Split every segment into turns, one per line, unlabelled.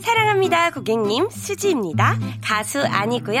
반갑습니다, 고객님. 수지입니다. 가수 아니고요.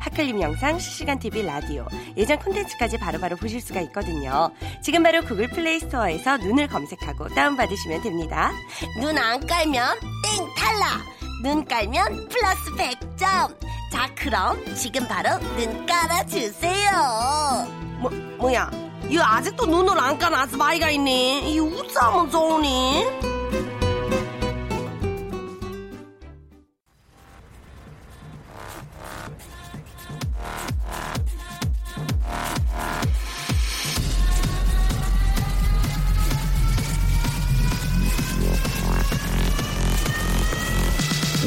핫클림 영상, 실시간 TV 라디오, 예전 콘텐츠까지 바로바로 보실 수가 있거든요. 지금 바로 구글 플레이 스토어에서 눈을 검색하고 다운받으시면 됩니다. 눈 안 깔면 땡 탈락! 눈 깔면 플러스 100점! 자, 그럼 지금 바로 눈 깔아주세요! 뭐, 뭐야? 이 아직도 눈을 안 깐 아스바이가 있니? 이 우짜면 좋으니?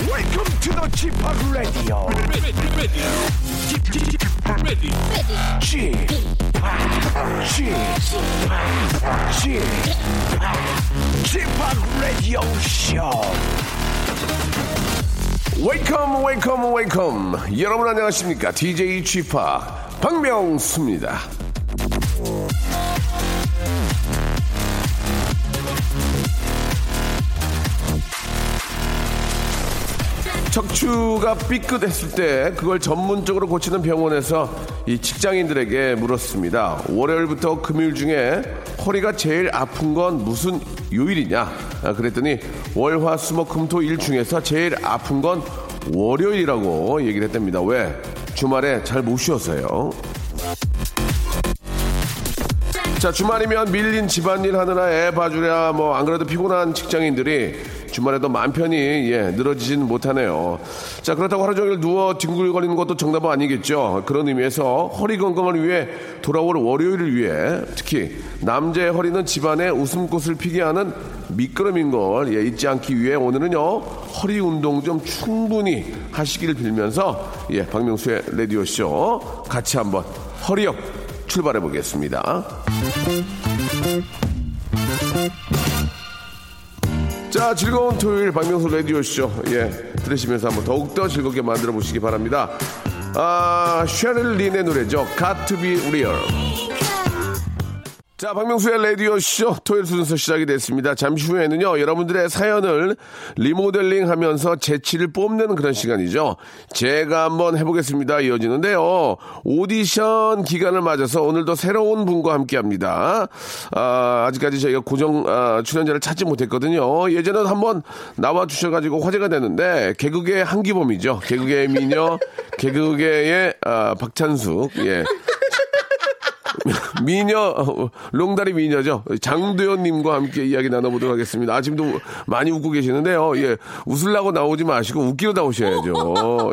Welcome to the g p o p Radio. g p g p g p Radio Show.
웨이컴 웨이컴 웨이컴 여러분 안녕하십니까 DJ g p 박명수입니다 척추가 삐끗했을 때 그걸 전문적으로 고치는 병원에서 이 직장인들에게 물었습니다. 월요일부터 금요일 중에 허리가 제일 아픈 건 무슨 요일이냐? 아, 그랬더니 월화수목금토일 중에서 제일 아픈 건 월요일이라고 얘기를 했답니다. 왜? 주말에 잘 못 쉬어서요. 자 주말이면 밀린 집안일 하느라 애 봐주랴 뭐 안 그래도 피곤한 직장인들이 주말에도 마 편히 예 늘어지진 못하네요. 자 그렇다고 하루 종일 누워 뒹굴거리는 것도 정답은 아니겠죠. 그런 의미에서 허리 건강을 위해 돌아올 월요일을 위해 특히 남자의 허리는 집안에 웃음꽃을 피게 하는 미끄럼인 걸 예, 잊지 않기 위해 오늘은요 허리 운동 좀 충분히 하시기를 빌면서 예 박명수의 라디오 쇼 같이 한번 허리역 출발해 보겠습니다. 자, 즐거운 토요일 박명수 라디오쇼. 예, 들으시면서 한번 더욱더 즐겁게 만들어 보시기 바랍니다. 아, 쉐릴 린의 노래죠. Got to be real. 자, 박명수의 라디오쇼 토요일 순서 시작이 됐습니다. 잠시 후에는요, 여러분들의 사연을 리모델링 하면서 재치를 뽐내는 그런 시간이죠. 제가 한번 해보겠습니다. 이어지는데요. 오디션 기간을 맞아서 오늘도 새로운 분과 함께 합니다. 아, 아직까지 저희가 고정 아, 출연자를 찾지 못했거든요. 예전에 한번 나와주셔가지고 화제가 됐는데, 개그계의 한기범이죠. 개그계의 미녀, 개그계의 아, 박찬숙. 예. 미녀 어, 롱다리 미녀죠 장도연님과 함께 이야기 나눠보도록 하겠습니다. 아침도 많이 웃고 계시는데요. 예, 웃으려고 나오지 마시고 웃기로 나오셔야죠.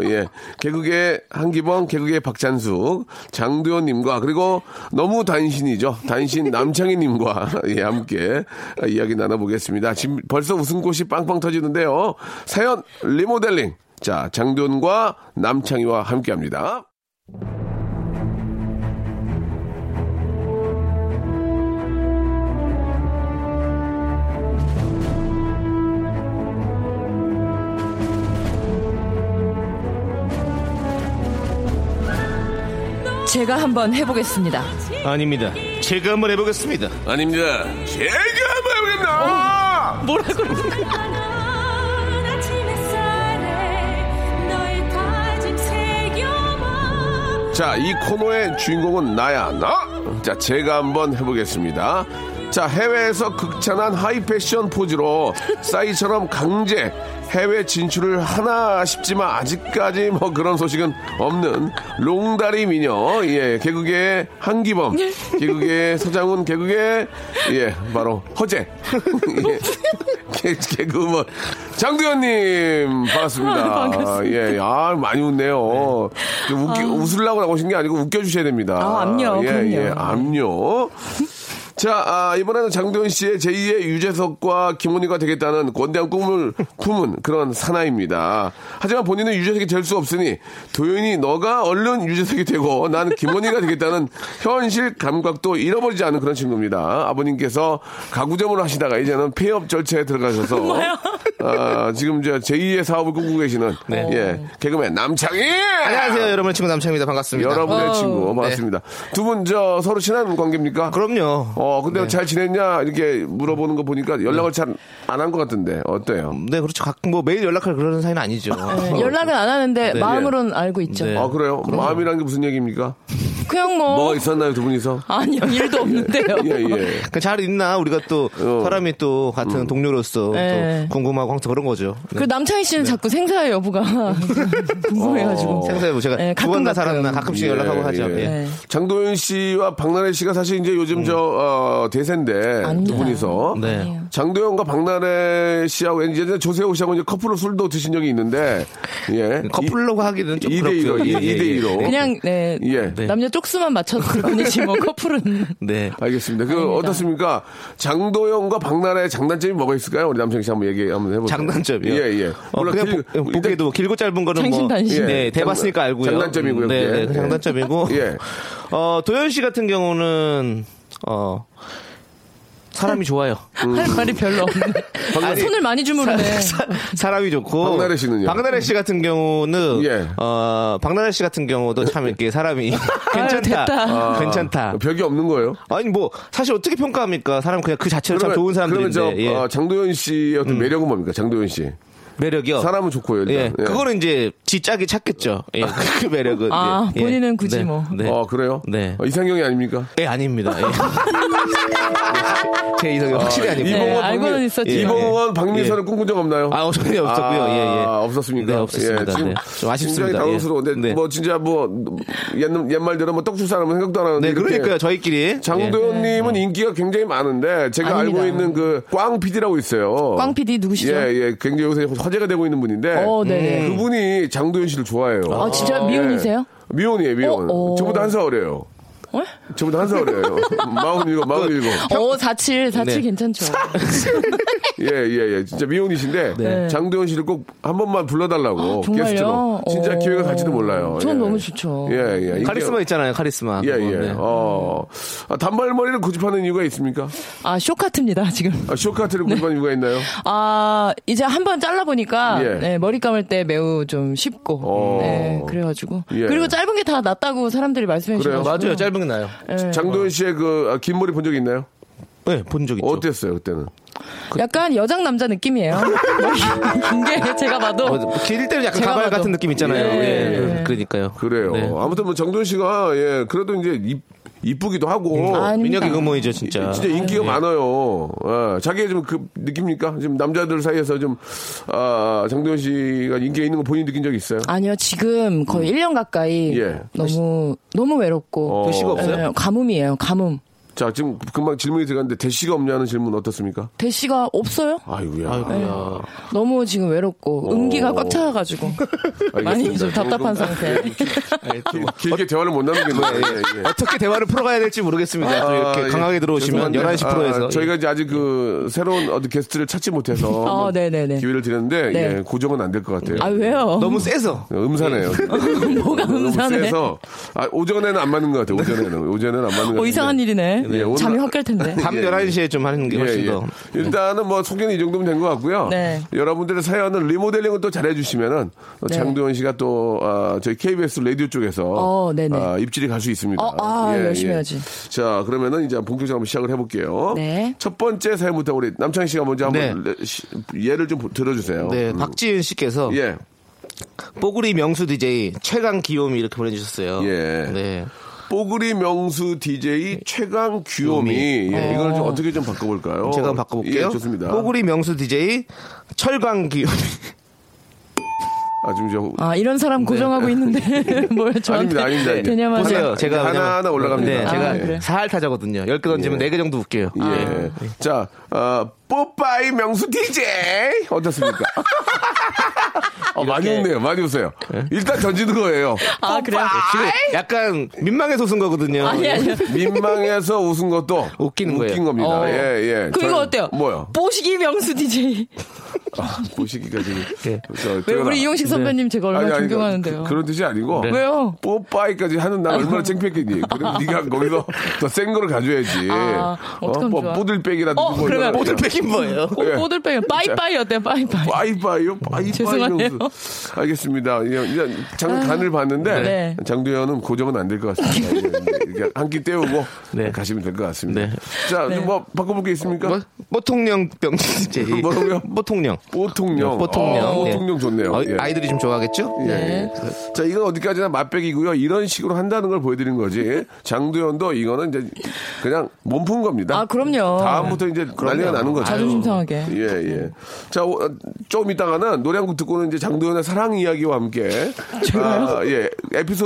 예, 개그계 한기범, 개그계 박찬숙, 장도연님과 그리고 너무 단신이죠 단신 남창희님과 예, 함께 이야기 나눠보겠습니다. 지금 벌써 웃음꽃이 빵빵 터지는데요. 사연 리모델링 자 장도연과 남창희와 함께합니다.
제가 한번 해보겠습니다.
아닙니다. 제가 한번 해보겠습니다.
아닙니다. 제가 한번 해보겠나?
뭐라 그래?
자, 이 코너의 주인공은 나야, 나? 자, 제가 한번 해보겠습니다. 자, 해외에서 극찬한 하이패션 포즈로 싸이처럼 강제 해외 진출을 하나 싶지만 아직까지 뭐 그런 소식은 없는 롱다리 미녀, 예, 개그계의 한기범, 개그계의 서장훈, 개그계의, 예, 바로 허재, 예, 개- 개그우먼 장두현님, 반갑습니다.
반갑습니다.
예, 아 많이 웃네요. 좀 웃기, 웃으려고 나오신 게 아니고 웃겨주셔야 됩니다.
아, 압력,
예,
그럼요.
예, 압력. 자, 아, 이번에는 장도연 씨의 제2의 유재석과 김은희가 되겠다는 권대한 꿈을 품은 그런 사나이입니다. 하지만 본인은 유재석이 될 수 없으니 도연이 너가 얼른 유재석이 되고 난 김은희가 되겠다는 현실 감각도 잃어버리지 않은 그런 친구입니다. 아버님께서 가구점을 하시다가 이제는 폐업 절차에 들어가셔서 아, 지금 이제 제2의 사업을 꿈꾸고 계시는
네.
예, 개그맨 남창희
안녕하세요, 여러분의 친구 남창입니다. 반갑습니다.
여러분의
어.
친구 반갑습니다. 두 분 저 서로 친한 관계입니까?
그럼요.
어, 근데
네.
잘 지냈냐? 이렇게 물어보는 거 보니까 연락을 잘 안 한 것 같은데, 어때요?
네, 그렇죠. 가끔 뭐 매일 연락할 그런 사이는 아니죠.
네, 연락은 안 하는데 마음으로는 알고 있죠.
어,
어,
네. 어?
아, 그래요? 마음이란 게 무슨 얘기입니까?
그냥 뭐
뭐가 있었나요, 두 분이서?
아니요 일도 없는데요.
예, 예.
그잘 있나 우리가 또
어.
사람이 또 같은 동료로서
네.
또 궁금하고 항상 그런 거죠. 네.
그 남창희 씨는 자꾸 생사의 여부가 궁금해가지고.
생사해보 제가
네,
가끔
가끔
나 살았나
가끔.
가끔씩
어. 예,
연락하고 하죠.
예.
예.
네.
장도연 씨와 박나래 씨가 사실 이제 요즘 저, 어, 대세인데, 두
아닙니다.
분이서.
네.
아니에요.
장도연과 박나래 씨하고 이제 조세호 씨하고 이제 커플로 술도 드신 적이 있는데, 예.
커플로 하기는 좀
이대
그렇고요.
일로,
예, 예,
이대
예.
일로.
그냥 네,
이- 예.
네.
남녀 쪽수만 맞췄을 뿐이지 뭐 커플은
네.
알겠습니다. 그 어떻습니까? 장도연과 박나라의 장단점이 뭐가 있을까요? 우리 남창희 씨 한번 얘기 한번 해보세요.
장단점이요.
예, 예.
어, 그냥
길-
보, 기도 길고 짧은 거는 뭐
장신단신.
네,
예.
대봤으니까
장단-
알고요.
장단점이고요,
네,
그게.
네, 그 장단점이고.
예.
어, 도현 씨 같은 경우는 어 사람이 좋아요.
할 말이 별로 없네. 어. 아, 손을 많이 주무르네.
사람이 좋고
박나래 씨는요?
박나래 씨 같은 경우는
예.
어 박나래 씨 같은 경우도 참 이렇게 사람이 괜찮다,
됐다.
아, 괜찮다.
예, 벽이 없는 거예요.
아니 뭐 사실 어떻게 평가합니까? 사람 그냥 그 자체로 참 좋은 사람들인데
그러면 저
예.
어, 장도연 씨의 어떤 매력은 뭡니까? 장도연 씨.
매력이요.
사람은 좋고요. 일단.
어. 예. 그거는 이제 지 짝이 찾겠죠. 예. 그- 그 매력은.
아,
예.
본인은 굳이
네.
뭐.
네.
어 그래요?
네.
어, 이상형이 아닙니까?
네, 아닙니다. 예. 제 이상형 확실히 아닙니다.
이봉- 네, 알고는 있었죠.
이봉원, 박민선은
예.
꿈꾼 적 없나요?
아, 전혀 없었고요.
아,
예, 예.
없었습니까?
네, 없었습니다.
예, 지금
네. 좀 아쉽습니다.
굉장히 당황스러운데
예. 네.
뭐 진짜 뭐 옛날 옛말대로 뭐 떡줄 사람은 생각도 안 하는데
네,
이렇게
그러니까요. 저희끼리. 예.
장도연님은 인기가 굉장히 많은데 제가
네. 아닙니다.
알고 있는 그 꽝 PD라고 있어요.
꽝 PD 누구시죠?
예, 예, 굉장히 요새 화제가 되고 있는 분인데 음.
어, 네.
그분이 장도연 씨를 좋아해요.
아, 진짜 미혼이세요?
예. 미혼이에요, 미혼.
어, 어.
저보다 한 살 어려요.
어?
저보다 한 살 어려요. 마흔일곱, 마흔일곱.
어, 47, 47
네.
괜찮죠.
예, 예, 예. 진짜 미혼이신데 장도연 씨를 꼭 한 번만 불러달라고
네. 아, 정말요?
게스트로. 진짜
어.
기회가 갈지도 몰라요.
전
예.
너무 좋죠.
예, 예. 인기가-
카리스마 있잖아요. 카리스마.
예,
그거,
예.
네.
어. 아, 단발머리를 고집하는 이유가 있습니까?
아, 쇼카트입니다, 지금.
아, 쇼카트를
네.
고집하는 이유가 있나요?
아, 이제 한 번 잘라보니까,
예.
네, 머리 감을 때 매우 좀 쉽고,
어.
네, 그래가지고.
예.
그리고 짧은 게 다 낫다고 사람들이 말씀해
그래요?
주셔서.
맞아요. 짧은 게 나요.
네,
네.
장도연 씨의 그, 아, 긴 머리 본 적 있나요?
네, 본적 있죠.
어땠어요, 그때는?
약간 여장 남자 느낌이에요. 이게 제가 봐도.
어, 길 때는 약간
제가
가발
봐도.
같은 느낌 있잖아요.
예,
예,
예, 예.
그러니까요.
그래요.
네.
아무튼 뭐 장도연 씨가, 예, 그래도 이제 이, 이쁘기도 하고.
음, 아니, 네. 아닙니다.
민혁이 근무이죠, 진짜.
진짜 인기가 많아요. 예, 자기가 좀 그 느낍니까? 지금 남자들 사이에서 좀, 아, 장도연 씨가 인기가 있는 거 본인 느낀 적 있어요?
아니요, 지금 거의 1년
음.
가까이
예.
너무, 너무 외롭고.
도시가 없어요?
네, 가뭄이에요, 가뭄.
자, 지금 금방 질문이 들어갔는데, 대시가 없냐는 질문 어떻습니까?
대시가 없어요?
아이고야.
아이고야.
너무 지금 외롭고,
어.
음기가 꽉 차가지고. 많이 좀
알겠습니다.
답답한
좀-
상태.
네,
길- 길게 대화를 못 나누겠네요. 예, 예.
어떻게 대화를 풀어가야 될지 모르겠습니다. 또 이렇게
아, 예.
강하게 들어오시면
죄송한데,
11시 프로에서 음.
아, 저희가 이제 아직 그 새로운 어떤 게스트를 찾지 못해서
어,
한번
네네네.
기회를 드렸는데
네.
예, 고정은 안 될 것 같아요.
아, 왜요?
예.
음.
너무 세서
음산해요.
뭐가
너무
음산해?
세서 아, 오전에는 안 맞는 것 같아요. 오전에는 오전에는 안 맞는 것 같아요.
어, 이상한 일이네.
예, 오늘-
잠이 확 깰 텐데.
밤 11시에 좀 하는 게 훨씬
예, 예.
더
일단은 뭐 소개는 이 정도면 된 것 같고요.
네.
여러분들의 사연을 리모델링을 또 잘해주시면은
네.
장도연 씨가 또 아, 저희 KBS 라디오 쪽에서
어, 네네.
아, 입질이 갈 수 있습니다. 예,
어, 아, 열심히 해야지.
자, 그러면은 이제 본격적으로 한번 시작을 해볼게요.
네.
첫 번째 사연부터 우리 남창희 씨가 먼저 한번
네.
레- 시- 예를 좀 보- 들어주세요.
네,
음.
박지은 씨께서
예.
뽀글이 명수 DJ 최강 귀요미 이렇게 보내주셨어요.
예.
네.
뽀글이 명수
네.
DJ 최강 귀요미. 예, 이걸 좀 어떻게 좀 바꿔볼까요?
제가 한번 바꿔볼게요.
예, 좋습니다.
뽀글이 명수 DJ 철강 귀요미.
아, 지금 저
아, 이런 사람 고정하고 있는데 뭘 저한테
네. 아닙니다, 아닙니다.
되냐마자.
보세요.
하나,
제가
하나,
왜냐면-
하나 올라갑니다.
네, 제가
아, 그래요?
살 타자거든요. 10개 던지면
예.
네 4개 정도 웃겨요.
예.
아.
자, 어, 뽀빠이 명수 DJ. 어떻습니까? 어, 많이
이렇게.
웃네요. 많이 웃어요.
예?
일단 던지는 거예요.
아, 그래요?
지금 약간 민망해서 웃은 거거든요.
아니, 아니요.
네.
민망해서 웃은 것도
웃기는
웃긴
거예요.
겁니다.
어.
예, 예.
그럼
저는-
이거 어때요?
뭐요? 아,
보시기 명수 DJ.
보시기가 지금.
예.
저,
왜
뛰어나-
우리 이용식 선배님 제가 얼마나
아니, 아니,
존경하는데요.
그, 그런 뜻이 아니고.
네.
왜요?
뽀빠이까지 하는 날 얼마나 창피했겠니? 그럼 네가 거기서 더 센 거를 가져야지.
아, 어떡하면
뭐
좋아.
뽀들빼기라든지
어,
뭐
그러면
이런 거.
모델백인 뭐예요?
예.
꼬들빼기 빠이빠이 어때요? 빠이빠이.
음.
빠이빠이요? 빠이빠이.
죄송하네요. 아.
이러면서. 알겠습니다. 이제 이제 장간을 봤는데
네.
장두현은 고정은 안 될 것 같습니다. 예, 이렇게 한 끼 때우고
네.
가시면 될 것 같습니다.
네.
자, 뭐 바꿔볼 게 있습니까?
뭐, 모통령병 DJ.
뭐라고요?
모통령.
보통령.
보통령.
아,
예.
보통령 좋네요.
어,
예.
아이들이 좀 좋아하겠죠?
예, 예. 자, 이건 어디까지나 맛백이고요. 이런 식으로 한다는 걸 보여드린 거지. 장두현도 이거는 이제 그냥 몸푼 겁니다.
아, 그럼요.
다음부터 이제 난리가 나는 거죠.
자존심 상하게.
예, 예. 자, 어, 조금 이따가는 노래 한 곡 듣고는 이제 장도연의 사랑 이야기와 함께. 아, 예.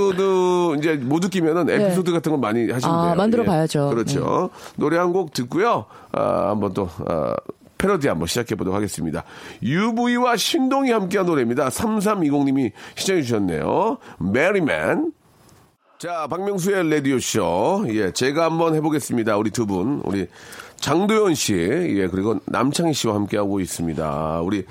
에피소드, 이제 모두 끼면은 에피소드 같은 거 많이 하시면
네. 아,
돼요.
만들어
예.
봐야죠. 네.
그렇죠. 노래 한 곡 듣고요. 아, 한번 또, 아, 패러디 한번 시작해 보도록 하겠습니다. UV와 신동이 함께한 노래입니다. 3320님이 시청해 주셨네요. 메리맨. 자, 박명수의 라디오쇼. 예, 제가 한번 해보겠습니다. 우리 두 분. 우리 장도연 씨, 예, 그리고 남창희 씨와 함께하고 있습니다. 우리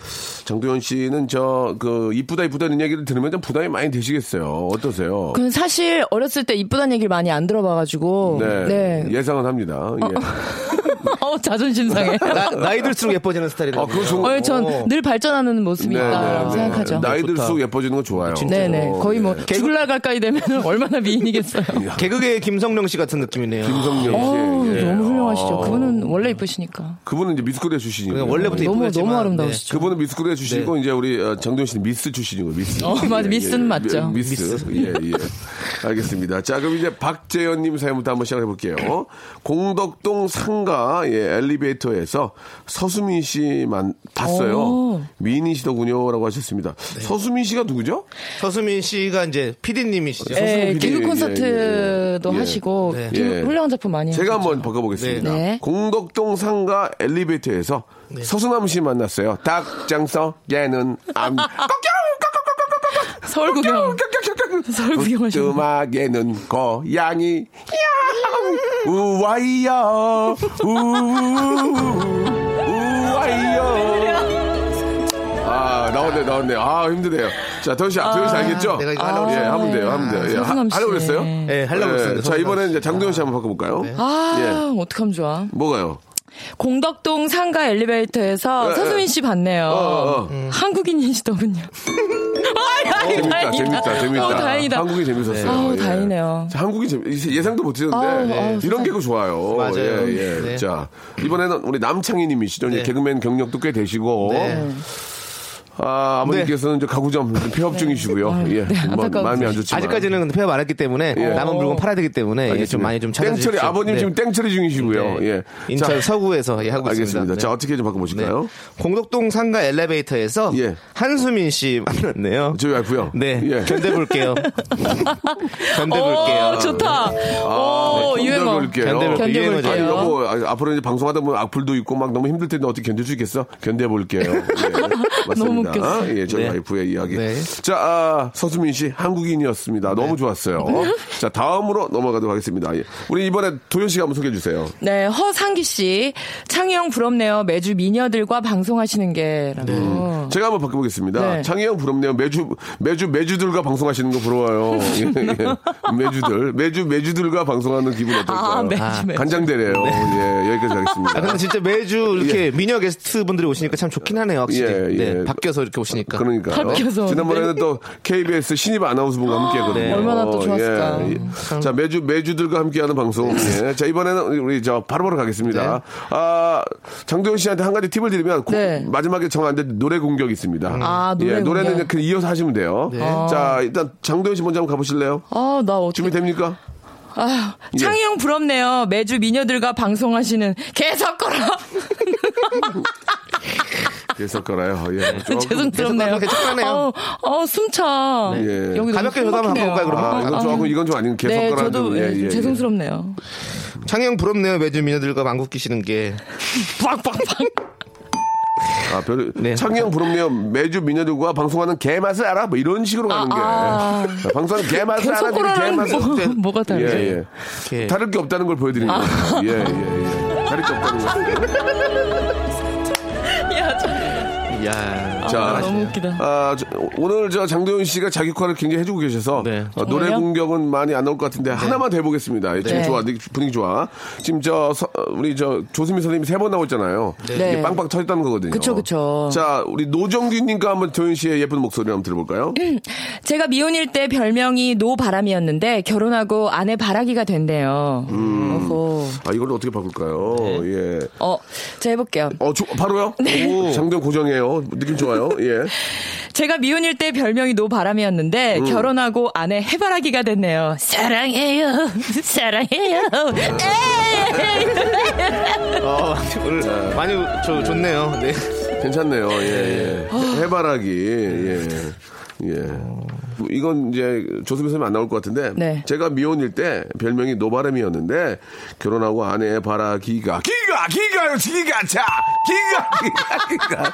장도연 씨는 저, 그, 이쁘다, 이쁘다는 얘기를 들으면 좀 부담이 많이 되시겠어요. 어떠세요?
그건 사실 어렸을 때 이쁘다는 얘기를 많이 안 들어봐가지고.
네. 예상은 합니다. 예.
어, 자존심 상해.
나, 이 들수록 예뻐지는 스타일이다.
아, 그거 좋은
어, 전늘 발전하는 모습이 있다라고 아, 생각하죠.
네, 나이
네,
예.
좋다.
들수록 예뻐지는 거 좋아요.
네네. 거의 뭐
개그-
죽을 날 가까이 되면 얼마나 미인이겠어요.
개그계의 김성령 씨 같은 느낌이네요.
김성령
어우,
씨. 예.
너무 훌륭하시죠. 그분은 원래 이쁘시니까.
그분은 이제 미스코리아 출신이고.
그냥 그러니까 원래부터
너무,
이쁘겠지만,
너무
네.
아름다우시죠. 네.
그분은 미스 코리아 출신이고 이제 우리 어, 정도현 씨는 미스 출신이고 미스.
어, 맞아. 미스는
미-
맞죠.
미스. 예, 예. 알겠습니다. 자, 그럼 이제 박재현 님 사연부터 한번 시작해 볼게요. 공덕동 상가 예, 엘리베이터에서 서수민 씨만 봤어요.
오. 네.
미인이시더군요라고 하셨습니다. 서수민 씨가 누구죠?
서수민 씨가 이제 PD님이시죠.
예,
PD.
개그
예,
콘서트도
예, 예.
하시고
네.
개그
예.
훌륭한 작품 많이
제가
하셨죠.
한번 바꿔 보겠습니다.
네. 네.
공덕동 상가 엘리베이터에서 서수남 씨 만났어요. 닭장서 얘는 암
서울 구경 서울 구경하시는
뜸하게는 그 고양이 야옹 우와이요 우와이요 아 나왔네 나왔네 아 힘드네요 자 도현씨 도현씨 알겠죠?
아, 내가 이거 하려고
예
그랬어요.
하면 돼요 하면 돼요 예, 하,
서수남 씨.
하려고 그랬어요?
예, 하려고 했습니다. 네.
예, 자 이번엔 이제 장도현씨 한번 바꿔볼까요?
아
예.
어떡하면 좋아
뭐가요?
공덕동 상가 엘리베이터에서
예, 예.
서수민 씨
아,
봤네요
어, 어.
한국인이시더군요 아 다행이다
재밌다 재밌다 재밌다
어, 다행이다
한국이 재밌었어요
아우,
예.
다행이네요.
자, 한국이 재밌 예상도 못했는데
아우, 아우,
이런
세상에.
개그 좋아요
맞아요.
예, 예.
네.
자 이번에는 우리 남창희님이시죠 이제
네.
개그맨 경력도 꽤 되시고
네.
아, 아버님께서는 이제 가구점 폐업 중이시고요 예. 뭐,
네. 안타까운
마음이 안
소식.
좋지만
아직까지는 근데 폐업 안 했기 때문에 남은 물건 팔아야 되기 때문에 예, 좀 많이 좀 찾아주십시오.
땡처리 아버님
네.
지금 땡처리 중이시고요
네.
예.
인천
자,
서구에서 예, 하고
알겠습니다
있습니다.
자
네.
어떻게 좀
네.
바꿔보실까요
공덕동 상가 엘리베이터에서
예.
한수민 씨 만났네요.
저희 와이프요
네,
예.
견뎌볼게요.
오
견뎌볼게요.
어, 좋다
아,
오
네,
유행어 뭐,
견뎌볼게요.
견뎌볼게요.
견뎌볼게요.
아니,
예.
여보, 아, 앞으로 이제 방송하다 보면 악플도 있고 막 너무 힘들 텐데 어떻게 견딜 수 있겠어? 견뎌볼게요. 예, 맞습니다.
너무 웃겼어.
예, 저희
네.
와이프의 이야기.
네.
자, 아, 서수민 씨, 한국인이었습니다.
네.
너무 좋았어요. 자, 다음으로 넘어가도록 하겠습니다. 예. 우리 이번에 도현 씨가 한번 소개해 주세요.
네, 허상기 씨. 창희 형 부럽네요. 매주 미녀들과 방송하시는 게. 라고.
제가 한번 바꿔보겠습니다.
네.
창희 형 부럽네요. 매주, 매주, 매주들과 방송하시는 거 부러워요. 예, 예. 매주들. 매주, 매주들과 방송하는 기분 어떨까요?
아, 매주, 매주. 네.
간장대래요. 예, 여기까지
아,
하겠습니다.
근데 진짜 매주 이렇게 미녀 게스트 분들이 오시니까 참 좋긴 하네요, 확실히.
예, 예.
네, 바뀌어서 이렇게 오시니까.
그러니까
바뀌어서.
지난번에는 또 KBS 신입 아나운서분과 함께거든요.
네.
얼마나 또 좋았을까. 음.
예, 예. 자 매주 매주들과 함께하는 방송. 예. 자 이번에는 우리- 우리 저 바로바로 가겠습니다. 아 장도현 씨한테 한 가지 팁을 드리면 고-
네.
마지막에 정안 된 노래 공격이 있습니다.
아, 노래
예, 노래는
공격. 네.
그 이어서 하시면 돼요. 자 일단 장도현 씨 먼저 한번 가보실래요?
아, 나 어떻게.
준비됩니까?
아, 창희 형 부럽네요. 매주 미녀들과 방송하시는 개석거라.
계속 걸어요. 예. 좀-
죄송스럽네요.
개석거라 괜찮네요.
어, 어, 숨차.
예.
여기
가볍게
너무
저도 한번
숨막히네요.
가볼까요, 그러면?
아, 이건 좀 하고 이건 좀 아닌 계속
네,
걸어요.
저도
예,
예, 좀
예, 예.
죄송스럽네요.
창영 부럽네요, 매주 미녀들과 망국 끼시는 게.
빡빡빡.
아, 별,
네.
창영 부럽네요. 매주 미녀들과 방송하는 개맛을 알아? 뭐 이런 식으로 가는 게.
아.
자, 방송하는 개맛을 알아?
계속
지금
코로나랑
개맛을.
뭐, 아. 뭐가
예,
다르지?
예.
이렇게
다를 게 없다는 걸 보여드리는 거예요. 예, 예, 예. 다를 게 없다는 거.
야
자,
아, 너무 웃기다.
아, 저, 오늘 저 장도연 씨가 자기 역할을 굉장히 해주고 계셔서
네.
어, 노래
정말요?
공격은 많이 안 나올 것 같은데 하나만 더 해보겠습니다. 예, 지금
네.
좋아, 분위기 좋- 분위기 좋아. 지금 저 서- 어, 우리 저 조수미 선생님 이 세 번 나왔잖아요.
네.
이게 빵빵 터졌다는 거거든요.
그쵸, 그쵸.
자, 우리 노정규님과 한번 도연 씨의 예쁜 목소리 한번 들어볼까요?
네. 제가 미혼일 때 별명이 노바람이었는데 결혼하고 아내 바라기가 된대요. 어허.
아, 이걸 어떻게 바꿀까요? 예.
어, 제가 해볼게요.
어, 조- 바로요? 오, 장도연 고정이에요. 느낌 좋아요. 예.
제가 미혼일 때 별명이
음.
노바람이었는데 결혼하고 아내 해바라기가 됐네요. 사랑해요, 사랑해요. 에이.
어, 오늘 많이 저 좋네요. 네.
괜찮네요. 예, 예. 해바라기. 예. 예. 이건 이제 조수미 선생님 안 나올 것 같은데
네.
제가 미혼일 때 별명이 노바람이었는데 결혼하고 아내 바라기가 기가 기가 기가 차 기가 기가 기가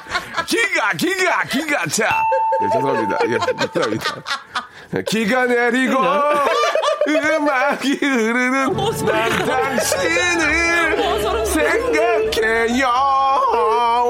기가 기가 기가 차 예, 죄송합니다 예, 죄송합니다 예, 기가 내리고 음악이 흐르는 난 당신을 생각해요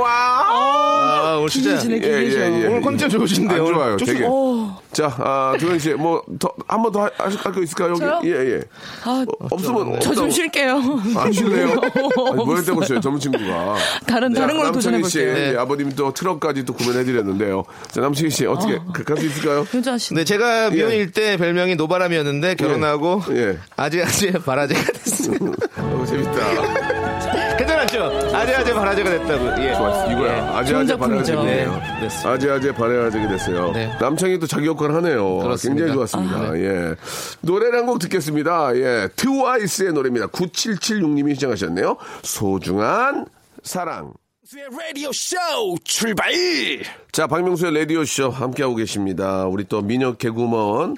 와우.
아, 오늘 진짜
기분이
예,
진해.
예, 예.
오늘 컨디션 좋으신데요.
안
오늘
좋아요,
좋습-
되게.
오.
자, 아, 조현 씨, 뭐, 더, 한 번 더 하실 할거 있을까요? 여기?
저요?
예, 예.
아,
어, 없으면.
저 좀
없다고.
쉴게요.
아, 쉴래요? 아니, 뭐 했다고
없어요.
쳐요, 젊은 친구가. 네,
다른- 다른 걸로
남창희
도전해볼게요.
씨,
네.
아버님 또 트럭까지 또 구매해드렸는데요. 자, 남창희 씨, 어떻게,
아.
그, 갈 수 있을까요?
효자 씨.
네, 제가
예.
미혼일 때 별명이 노바람이었는데 결혼하고
예.
아재 아재 바라제가 됐어요.
어, 재밌다.
괜찮았죠? 아재 아재 바라제가 됐다고. 예.
좋았어. 이거야. 아재, 아재
좋은 작품이죠.
바라야지네요.
네, 됐습니다.
아재, 아재 바라야지게 됐어요.
네.
남창이 또 자기 역할을 하네요.
그렇습니다. 아, 네.
굉장히 좋았습니다. 예. 노래를 한 곡 듣겠습니다. 예. 트와이스의 노래입니다. 9776님이 시청하셨네요. 소중한 사랑.
라디오 쇼 출발
자, 박명수의 라디오쇼 함께하고 계십니다. 우리 또 미녀 개구먼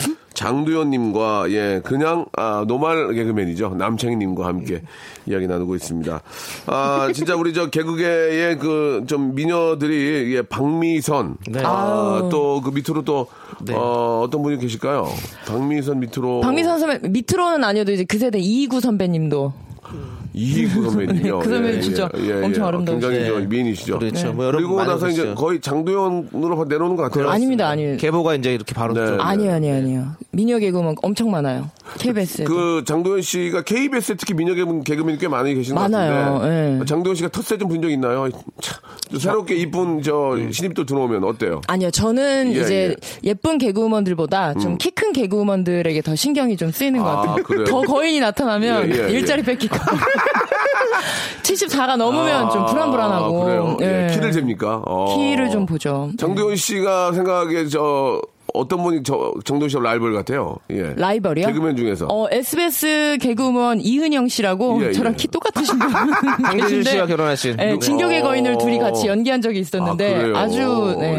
장두현님과, 예, 그냥, 아, 노말 개그맨이죠. 남창희님과 함께 이야기 나누고 있습니다. 아, 진짜 우리 저 개그계의 그, 좀 미녀들이, 예, 박미선.
네.
아, 또 그 밑으로 또, 어, 어떤 분이 계실까요? 박미선 밑으로.
박미선 선배 밑으로는 아니어도 이제 그 세대 이구 선배님도
이희구 선배님요. 예,
그 선배님 진짜 엄청 아름다우시죠.
어, 굉장히 저
네.
미인이시죠.
그렇죠. 뭐 여러분
그리고
많이
나서 이제
계시죠.
거의 장두현으로 내려오는 것 같아요.
아닙니다, 아니에요.
개보가 이제 이렇게 바로
네.
좀-
아니요, 아니요, 아니요. 미녀 개그맨 엄청 많아요. KBS.
그 장도연 씨가 KBS에 특히 미녀 개그맨, 개그맨이 꽤 많이 계신 것
많아요,
같은데
예.
장도연 씨가 텃세 좀 본 적 있나요? 참, 또 새롭게 이쁜 저 신입도 들어오면 어때요?
아니요, 저는
예, 음.
이제 예. 쁜 개그우먼들보다 좀 키 큰 개그우먼들에게 더 신경이 좀 쓰이는 것
아,
같아요.
그래요?
더 거인이 나타나면
예, 예, 예.
일자리 뺏기고. 74가 넘으면 좀 불안불안하고.
아, 그래요? 예,
예.
키를 잽니까? 어.
키를 좀 보죠. 네.
장도연 씨가 생각에 저 어떤 분이 저 장도연 씨와 라이벌 같아요? 예.
라이벌이요?
개그맨 중에서.
어, SBS 개그우먼 이은영 씨라고
예, 예.
저랑 키 똑같으신 분.
황재준
계신데,
아, 씨와 결혼하신.
예,
누구-
진격의 거인을 둘이 같이 연기한 적이
어. 아,
있었는데
그래요?
아, 주 네,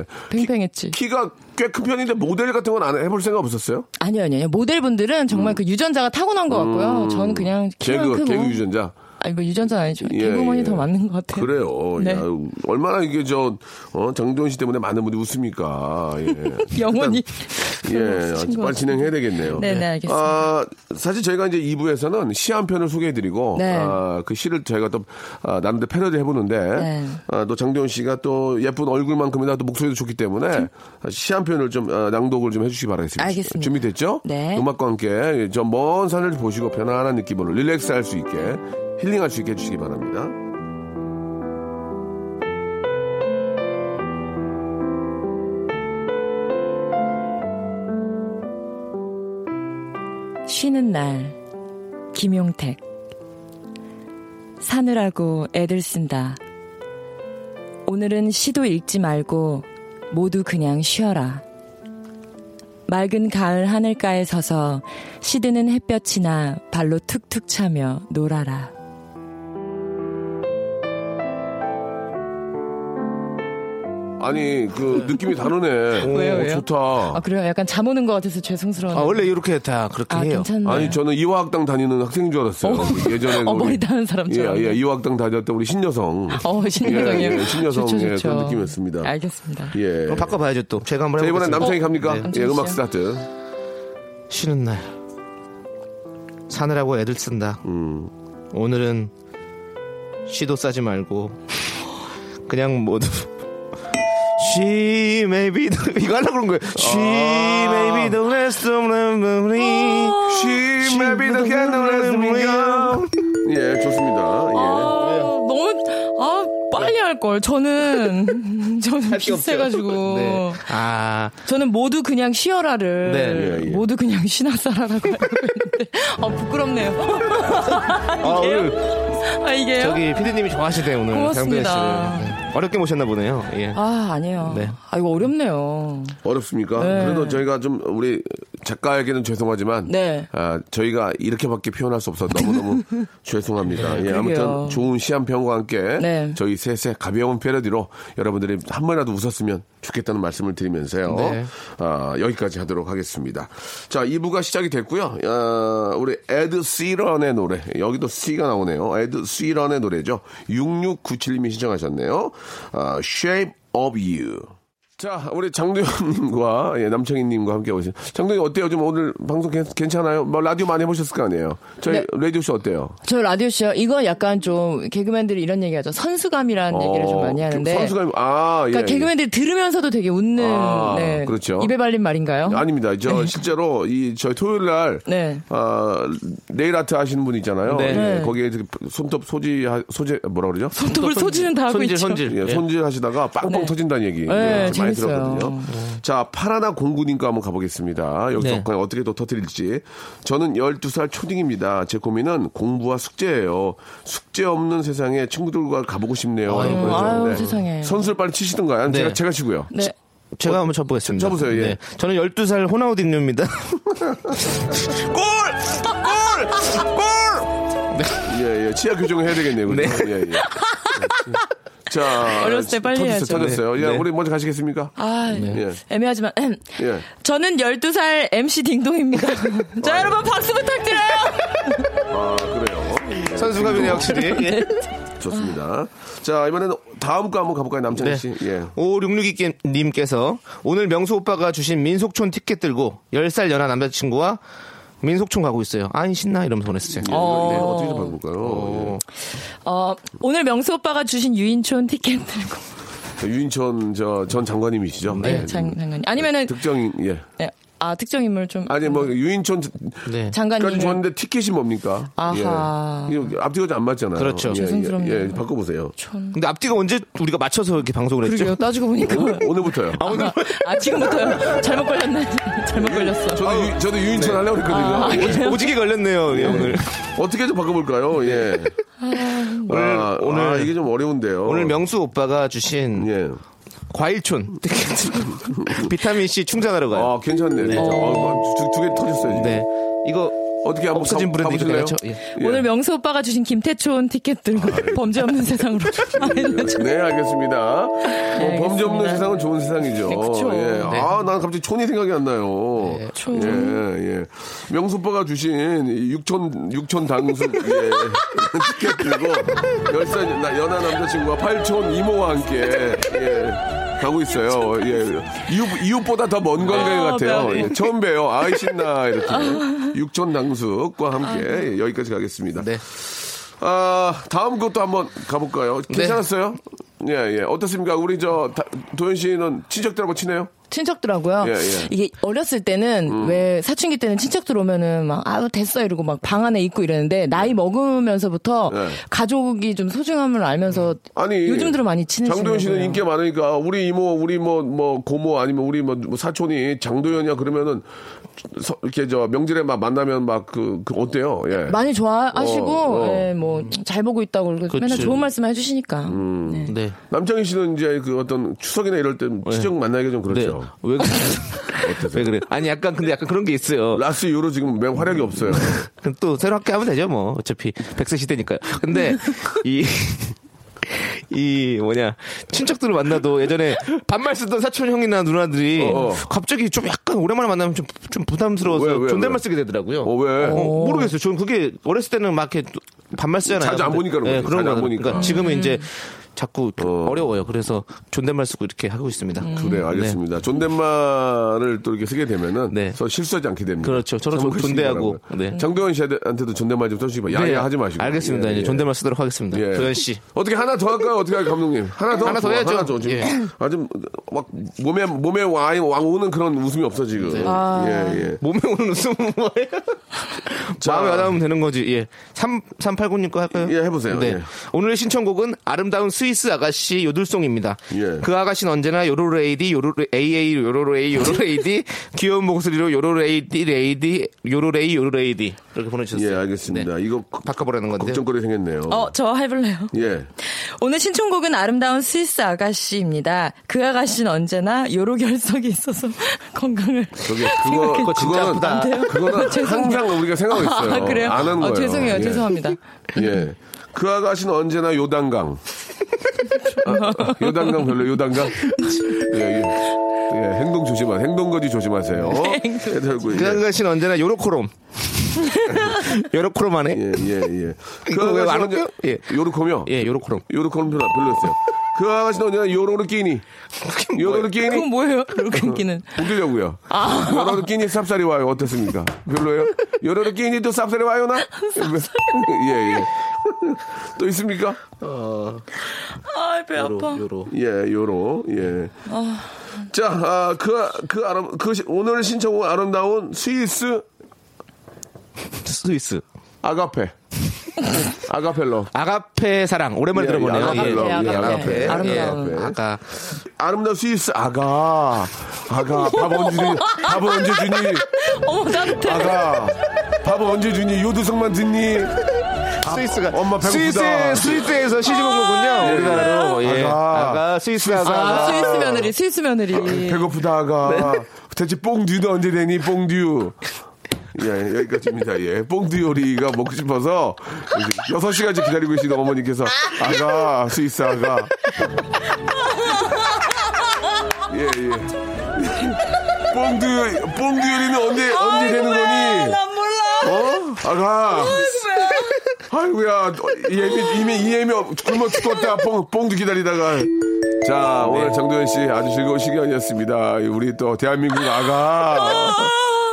예.
팽팽했지.
키가 꽤 큰 편인데 모델 같은 건 안 해볼 생각 없었어요?
아니요, 아니요. 아니요. 모델분들은 정말 그 유전자가 타고난 것 같고요. 저는 그냥 키만
음. 개그,
크고.
개그 유전자.
아니 뭐 유전자 아니죠.
예,
개그먼이
예.
더 맞는 것 같아요.
그래요.
네.
야, 얼마나 이게 저 어, 장도연 씨 때문에 많은 분들이 웃습니까? 예.
영원히.
예,
웃으신
빨리
것 같아요.
진행해야 되겠네요.
네, 네, 알겠습니다.
아, 사실 저희가 이제 2부에서는 시 한 편을 소개해드리고,
네.
아, 그 시를 저희가 또, 아, 나름대로 패러디 해보는데,
네.
아, 또 장도연 씨가 또 예쁜 얼굴만큼이나 또 목소리도 좋기 때문에 시 한 편을 좀, 아, 낭독을 좀 해주시기 바라겠습니다.
네. 알겠습니다.
준비됐죠?
네.
음악과 함께 저 먼 산을 보시고 편안한 느낌으로 릴렉스 할 수 있게, 힐링할 수 있게 해주시기 바랍니다.
쉬는 날 김용택 사느라고 애들 쓴다. 오늘은 시도 읽지 말고 모두 그냥 쉬어라. 맑은 가을 하늘가에 서서 시드는 햇볕이나 발로 툭툭 차며 놀아라.
아, 아니 그 느낌이 다르네.
왜요,
오,
왜요?
좋다.
아, 그래요? 약간 잠 오는 것 같아서 죄송스러운.
아, 원래 이렇게 다 그렇게
아,
해요.
괜찮네요.
아니 저는 이화학당 다니는 학생인 줄 알았어요. 예전에
어, 머리 다른 사람처럼.
예, 예, 이화학당 다녔던 우리 신여성.
어, 신여성이요.
예, 예, 신여성
좋죠,
예,
좋죠.
그런 느낌이었습니다.
알겠습니다.
예.
그럼 바꿔봐야죠 또. 제가 한번
자 이번엔
해보겠습니다.
남성이 갑니까?
네.
예,
남창희
음악
씨요?
스타트.
쉬는 날 사느라고 애들 쓴다. 오늘은 쉬도 싸지 말고 그냥 모두 She may be the 이거 하려고 그런 거예요. She
아.
may be the last of the morning.
She may be the candle as we go. 예, 좋습니다.
아, 너무 아 빨리 할 걸. 저는 저는
게 없죠.
비슷해가지고.
네. 아
저는 모두 그냥 쉬어라를
네,
예, 예. 모두
모두 그냥 쉬나 살아라고 알고 있는데 아 부끄럽네요.
아, 오늘
아 이게요?
저기 피디님이 좋아하시대 오늘 장도현
고맙습니다.
씨를 네. 어렵게 모셨나 보네요. 예.
아 아니에요.
네.
아 이거 어렵네요.
예. 어렵습니까? 그래도 저희가 좀 우리 작가에게는 죄송하지만
네.
아, 저희가 이렇게밖에 표현할 수 없어서 너무너무 죄송합니다. 예, 아무튼
그러게요.
좋은 시한평과 함께
네.
저희 셋의 가벼운 패러디로 여러분들이 한 번이라도 웃었으면 좋겠다는 말씀을 드리면서요.
네.
아, 여기까지 하도록 하겠습니다. 자, 2부가 시작이 됐고요. 아, 우리 에드 시런의 노래. 여기도 C가 나오네요. 에드 시런의 노래죠. 6697님이 신청하셨네요. 아, Shape of You. 자, 우리 장도연님과 예, 남창희님과 함께 오신. 장도연 어때요? 좀 오늘 방송 괜- 괜찮아요? 뭐 라디오 많이 해보셨을 거 아니에요? 저희
네.
라디오 쇼 어때요?
저 라디오 쇼 이거 약간 좀 개그맨들이 이런 얘기하죠. 선수감이라는 얘기를 좀 많이 하는데.
어, 선수가 아, 예.
그러니까
예.
개그맨들이 들으면서도 되게 웃는
아,
네.
그렇죠.
입에 발린 말인가요?
아닙니다. 저 실제로 이 저희 토요일 날
네.
아, 네일 아트 하시는 분 있잖아요.
네.
예,
네.
거기에 이렇게 손톱 소지 하- 소재 뭐라 그러죠?
손톱을 소지는 다 하고
손질
있죠.
손질.
예,
예.
손질 하시다가 빵빵
네.
터진다는 얘기
네,
예, 많이
재밌어요. 네.
들었거든요. 자, 파라나 공군님과 한번 가보겠습니다. 여기서
네.
과연 어떻게 또 터뜨릴지. 저는 12살 초딩입니다. 제 고민은 공부와 숙제예요. 숙제 없는 세상에 친구들과 가보고 그렇죠. 싶네요.
아유,
보내주셨는데.
어, 아유, 세상에.
선수를 빨리 치시든가. 아니면
네.
제가, 제가 치고요.
네.
제가 한번 쳐보겠습니다. 네.
쳐보세요, 예.
저는 12살 호나우드 임료입니다.
예, 예. 치아 교정을 해야 되겠네요. 그죠? 예, 예. 자.
어렸을 때 빨리
터졌어요,
해야죠.
터졌어요. 예,
네.
우리 먼저 가시겠습니까?
아,
예.
애매하지만 음.
예.
저는 12살 MC 딩동입니다. 자, 여러분 박수 부탁드려요.
아, 그래요. 예,
선수감이네 확실히. 예.
좋습니다. 자, 이번에는 다음 거 한번 가볼까요,
네.
남창희 씨? 예.
5662님께서 네. 오늘 명수 오빠가 주신 민속촌 티켓 들고 10살 연하 남자친구와 민속촌 가고 있어요. 아이 신나 이러면서 보냈어요.
예, 어... 네, 어떻게 좀 바꿀까요?
어, 오늘 명수 오빠가 주신 유인촌 티켓 들고.
예. 유인천 저, 전 장관님이시죠?
네, 장, 장관님. 아니면은
특정, 예.
네, 아, 특정 인물 좀
아니, 뭐, 유인천
네.
장관님.
까지 좋았는데 티켓이 뭡니까?
아하.
예. 이거 앞뒤가 안 맞잖아요.
그렇죠.
예,
죄송스럽네요.
예, 예, 바꿔보세요.
근데 앞뒤가 언제 우리가 맞춰서 이렇게 방송을 했죠?
그러게요. 따지고 보니까
오늘부터요.
아, 아, 지금부터요. 잘못 걸렸네. 잘못 걸렸어. 네. 아,
저도, 유, 저도 유인천 하려고 그랬거든요.
오지- 오지게 걸렸네요 예, 오늘.
어떻게 좀 바꿔볼까요? 예. 오늘, 오늘
네. 아, 오늘-
이게 좀 어려운데요.
오늘 명수 네. 오빠가 주신
예.
과일촌 티켓 들고 비타민 C 충전하러 가요.
아, 괜찮네. 요 두개 터졌어요. 지금.
네. 이거
어떻게 한번
없어진
가-
브랜드 이거 내가
가보실래요?
쳐- 예.
예. 아,
오늘 명수 오빠가 주신 김태촌 티켓 들고 범죄 없는 세상으로. 아, 예.
네, 알겠습니다. 뭐 범죄 없는
알겠습니다.
세상은 좋은 세상이죠.
네, 그쵸.
예. 아, 난 갑자기 촌이 생각이 안 나요.
촌.
예, 예. 명수빠가 주신 육촌, 육촌 당수, 예. 티켓 들고, 열살 나- 연하 남자친구와 팔촌 이모와 함께, 예. 가고 있어요. 예. 이웃, 이웃보다 더 먼 관계
아,
같아요.
네.
예, 처음 봬요. 아이, 신나. 이렇게. 육촌 당숙과 함께
아,
예, 여기까지 가겠습니다.
네.
아, 다음 것도 한번 가볼까요?
네.
괜찮았어요? 예, 예. 어떻습니까? 우리 저, 다- 도현 씨는 친척들하고 친해요?
친척들하고요.
예, 음. 예.
이게 어렸을 때는 왜 사춘기 때는 친척들 오면은 막 아 됐어 이러고 막 방 안에 있고 이랬는데 나이 먹으면서부터
예. 음.
가족이 좀 소중함을 알면서
아니.
요즘 들어 많이 친해지는
장도현 씨는
거예요.
인기 많으니까, 우리 이모, 우리 뭐, 뭐, 고모 아니면 우리 뭐, 뭐 사촌이 장도현이야 그러면은, 서- 이렇게 저, 명절에 막 만나면 막 그, 그 어때요? 예.
많이 좋아하시고
어, 어.
뭐 잘 보고 있다고 그러고 맨날
그치.
좋은 말씀 해주시니까
음.
네.
네.
남창희 씨는 이제 그 어떤 추석이나 이럴 때 친척 만나기가 좀
네.
그렇죠.
왜 그래? 왜 그래? 아니 약간 근데 약간 그런 게 있어요.
네.
라스 이후로 지금 맹 활약이 없어요.
그럼 또 새로 학교 하면 되죠 뭐 어차피 백세 시대니까요 근데 이 이 뭐냐 친척들을 만나도 예전에 반말 쓰던 사촌 형이나 누나들이
어, 어.
갑자기 좀 약간 오랜만에 만나면 좀, 좀 부담스러워서
왜, 왜, 왜?
존댓말 쓰게 되더라고요.
어, 왜?
모르겠어요. 저는 그게 어렸을 때는 막 이렇게 반말 쓰잖아요.
자주 안
근데-
보니까 그런
예,
거지.
그런
자주 안
거.
보니까.
그러니까 지금은 이제 자꾸
어.
어. 려워요 그래서 존댓말 쓰고 이렇게 하고 있습니다.
그래요, 네, 알겠습니다. 존댓말을 또 이렇게 쓰게 되면은
네.
서로 실수하지 않게 됩니다.
그렇죠. 저도
참
좀
크시기
존대하고,
바라고요.
네.
장도연 씨한테도 존댓말 좀 써주시기 바랍니다.
네,
야야 하지 마시고.
알겠습니다.
예,
이제
예.
존댓말 쓰도록 하겠습니다.
예.
도현 씨.
어떻게 하나 더 할까요? 어떻게 할까요, 감독님? 하나 더?
하나 더
좋아,
해야죠.
하나 더. 지금.
예.
아, 좀, 막, 몸에, 몸에 왕, 왕 오는 그런 웃음이 없어, 지금.
네.
아.
예, 예.
몸에 오는 웃음은 뭐예요?
자.
마음에 와닿으면 되는 거지. 예. 3, 389님 거 할까요?
예, 해보세요.
네.
예.
오늘의 신청곡은 아름다운 스위스 아가씨 요들송입니다.
예.
그 아가씨는 언제나 요로레이디, 요로레, 에이에이, 요로레이, 요로레이디, 귀여운 목소리로 요로레이디, 레이디, 요로레이, 요로레이디. 이렇게 보내주셨어요.
예, 알겠습니다.
네.
이거 거-
바꿔보라는 건데.
걱정거리 생겼네요.
어, 저 해볼래요.
예.
오늘 신청곡은 아름다운 스위스 아가씨입니다. 그 아가씨는 언제나 요로 결석이 있어서 건강을.
저기 그거
생각해.
그거
진짜 아프다.
그거는
죄송해요.
항상 우리가 생각하고 있어요.
아, 그래요?
안 하는
어,
거예요.
죄송해요.
예.
죄송합니다.
예. 그 아가씨는 언제나 요단강. 아, 요단강 별로 요단강. 예, 예. 예, 행동 조심하, 행동거지 조심하세요. 해달고,
그
예,
아가씨는 언제나 요로코롬. 요로코롬 하네.
예, 예, 예. 그
이거 왜안
아가씨는 언제-
웃겨? 예.
요르코며.
예, 요로코롬.
요르코는 별로 별로였어요. 그 아가씨는 언제나 요로르 끼니. 요로르 끼니.
그건 뭐예요? 요로끼는.
웃기려고요. 여러분 끼니 쌉싸리 와요. 어떻습니까? 별로예요? 여러분 끼니도 쌉싸리 와요나? 예, 예. 또 있습니까?
아, 배 아파.
요로.
예, 요로. 예. 자, 아, 그, 그, 아름, 그, 시- 오늘 신청곡 아름다운 스위스
스위스.
아가페. 아가펠러.
아가페 사랑. 오랜만에
예,
그 들어보네요.
예, 아가펠러.
예.
예,
아가페.
아가페.
아가페.
아름다운.
예. 아가.
아름다운 스위스 아가. 아가. 밥 언제 주니? 밥 언제 주니?
어머, 나한테.
아가. 밥 언제 주니? 요두성만 듣니? 아,
스위스가
엄마 배고프다. 아,
스위스에 스위스에서 시집 온 거군요. 우리나라로 예.
아가.
아가, 스위스
아,
아가
스위스 며느리, 스위스 며느리.
아, 그 배고프다가 대체 뽕듀는 언제 되니 뽕듀 예, 여기까지입니다. 예. 뽕듀 요리가 먹고 싶어서 이제 여섯 시간째 기다리고 계시는 어머니께서 아가, 스위스 아가. 예, 예. 뽕듀, 뽕듀 요리는 언제, 언제 되는 거니?
난 아, 몰라.
어? 아가. 아이고야. 이미, 이미, 이미 굶어 죽었다. 뽕, 뽕도 기다리다가. 자, 오늘 장도연 씨 아주 즐거운 시간이었습니다. 우리 또 대한민국 아가.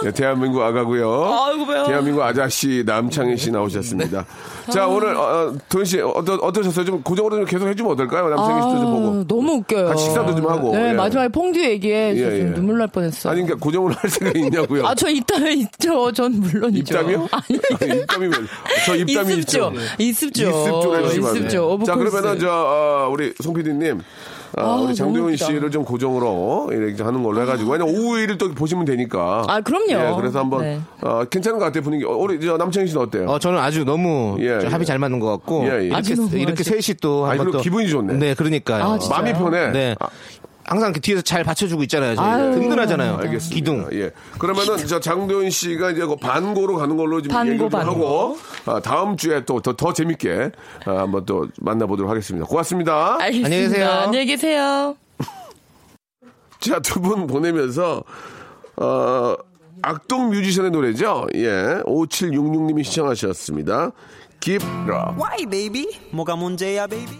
예, 대한민국 아가고요.
아이고, 배워.
대한민국 아저씨 남창희 씨 나오셨습니다.
네.
자, 오늘 어, 어, 도현 씨 어떠, 어떠셨어요? 좀 고정으로 좀 계속 해주면 어떨까요? 남창희 씨도
아,
좀 아, 보고.
너무 웃겨요.
같이 식사도 좀 하고.
네,
예.
마지막에 퐁듀 얘기해
예,
저 지금
예.
눈물 날 뻔했어요.
아니 그러니까 고정으로 할 생각이 있냐고요.
아, 저 입담에 있죠. 전 물론이죠.
입담이요?
아니.
입담이 왜? 저 입담이 있죠.
있습죠. 있습죠.
있습죠. 해주시면
있습죠.
안 돼요.
오브
자
코스.
그러면은 저 어, 우리 송 PD님. 어,
아,
우리
너무
장도윤
웃기다.
씨를 좀 고정으로 이렇게 하는 걸로 해가지고 왜냐 오후 일을 또 보시면 되니까
아, 그럼요.
예, 그래서 한번
네.
어, 괜찮은 것 같아요 분위기 어, 우리 저 남창희 씨는 어때요?
어, 저는 아주 너무
예,
좀
예.
합이 잘 맞는 것 같고
예, 예.
이렇게,
아주 너무
이렇게
아주-
셋이 또
아니,
한번
그리고
또
기분이 좋네.
네, 그러니까요.
아, 진짜.
마음이 편해.
네.
아,
항상 이렇게 뒤에서 잘 받쳐주고 있잖아요. 저희가.
아유.
든든하잖아요.
알겠습니다.
기둥.
예. 그러면은 저 장도윤 씨가 이제 그 반고로 가는 걸로 지금
반고,
얘기를 좀
반고.
하고 아, 다음 주에 또 더 더 재밌게 아, 한번 또 만나보도록 하겠습니다. 고맙습니다.
알겠습니다.
안녕히 계세요.
안녕히 계세요.
자, 두 분 보내면서, 어, 악동 뮤지션의 노래죠? 예. 5766님이 시청하셨습니다. Give it up.
Why, baby? 뭐가 문제야, baby?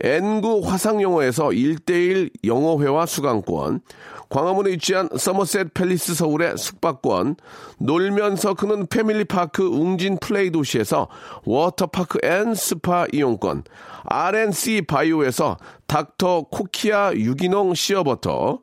N구 화상영어에서 1대1 영어회화 수강권, 광화문에 위치한 서머셋 팰리스 서울의 숙박권, 놀면서 크는 패밀리파크 웅진 플레이 도시에서 워터파크 앤 스파 이용권, RNC 바이오에서 닥터 코키아 유기농 시어버터,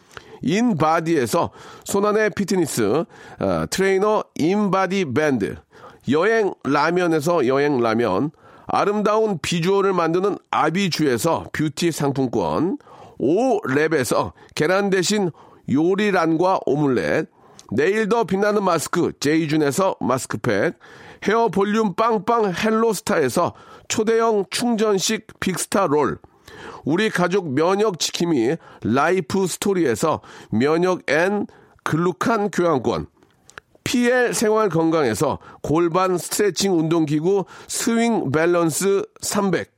인바디에서 손안의 피트니스, 아, 트레이너 인바디 밴드, 여행 라면에서 여행 라면, 아름다운 비주얼을 만드는 아비주에서 뷰티 상품권, 오랩에서 계란 대신 요리란과 오믈렛, 내일 더 빛나는 마스크 제이준에서 마스크팩, 헤어 볼륨 빵빵 헬로스타에서 초대형 충전식 빅스타 롤, 우리 가족 면역 지킴이 라이프 스토리에서 면역 앤 글루칸 교환권, PL 생활 건강에서 골반 스트레칭 운동기구 스윙 밸런스 300,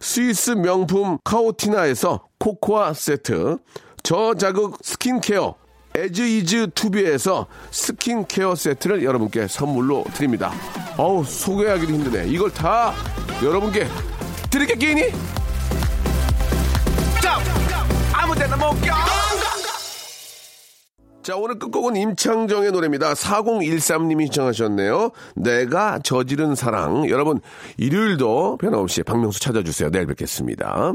스위스 명품 카오티나에서 코코아 세트, 저자극 스킨케어 에즈이즈 투비에서 스킨케어 세트를 여러분께 선물로 드립니다. 어우 소개하기도 힘드네. 이걸 다 여러분께 드릴 게 끼니? 자, 오늘 끝곡은 임창정의 노래입니다. 4013님이 신청하셨네요. 내가 저지른 사랑. 여러분, 일요일도 변함없이 박명수 찾아주세요. 내일 뵙겠습니다.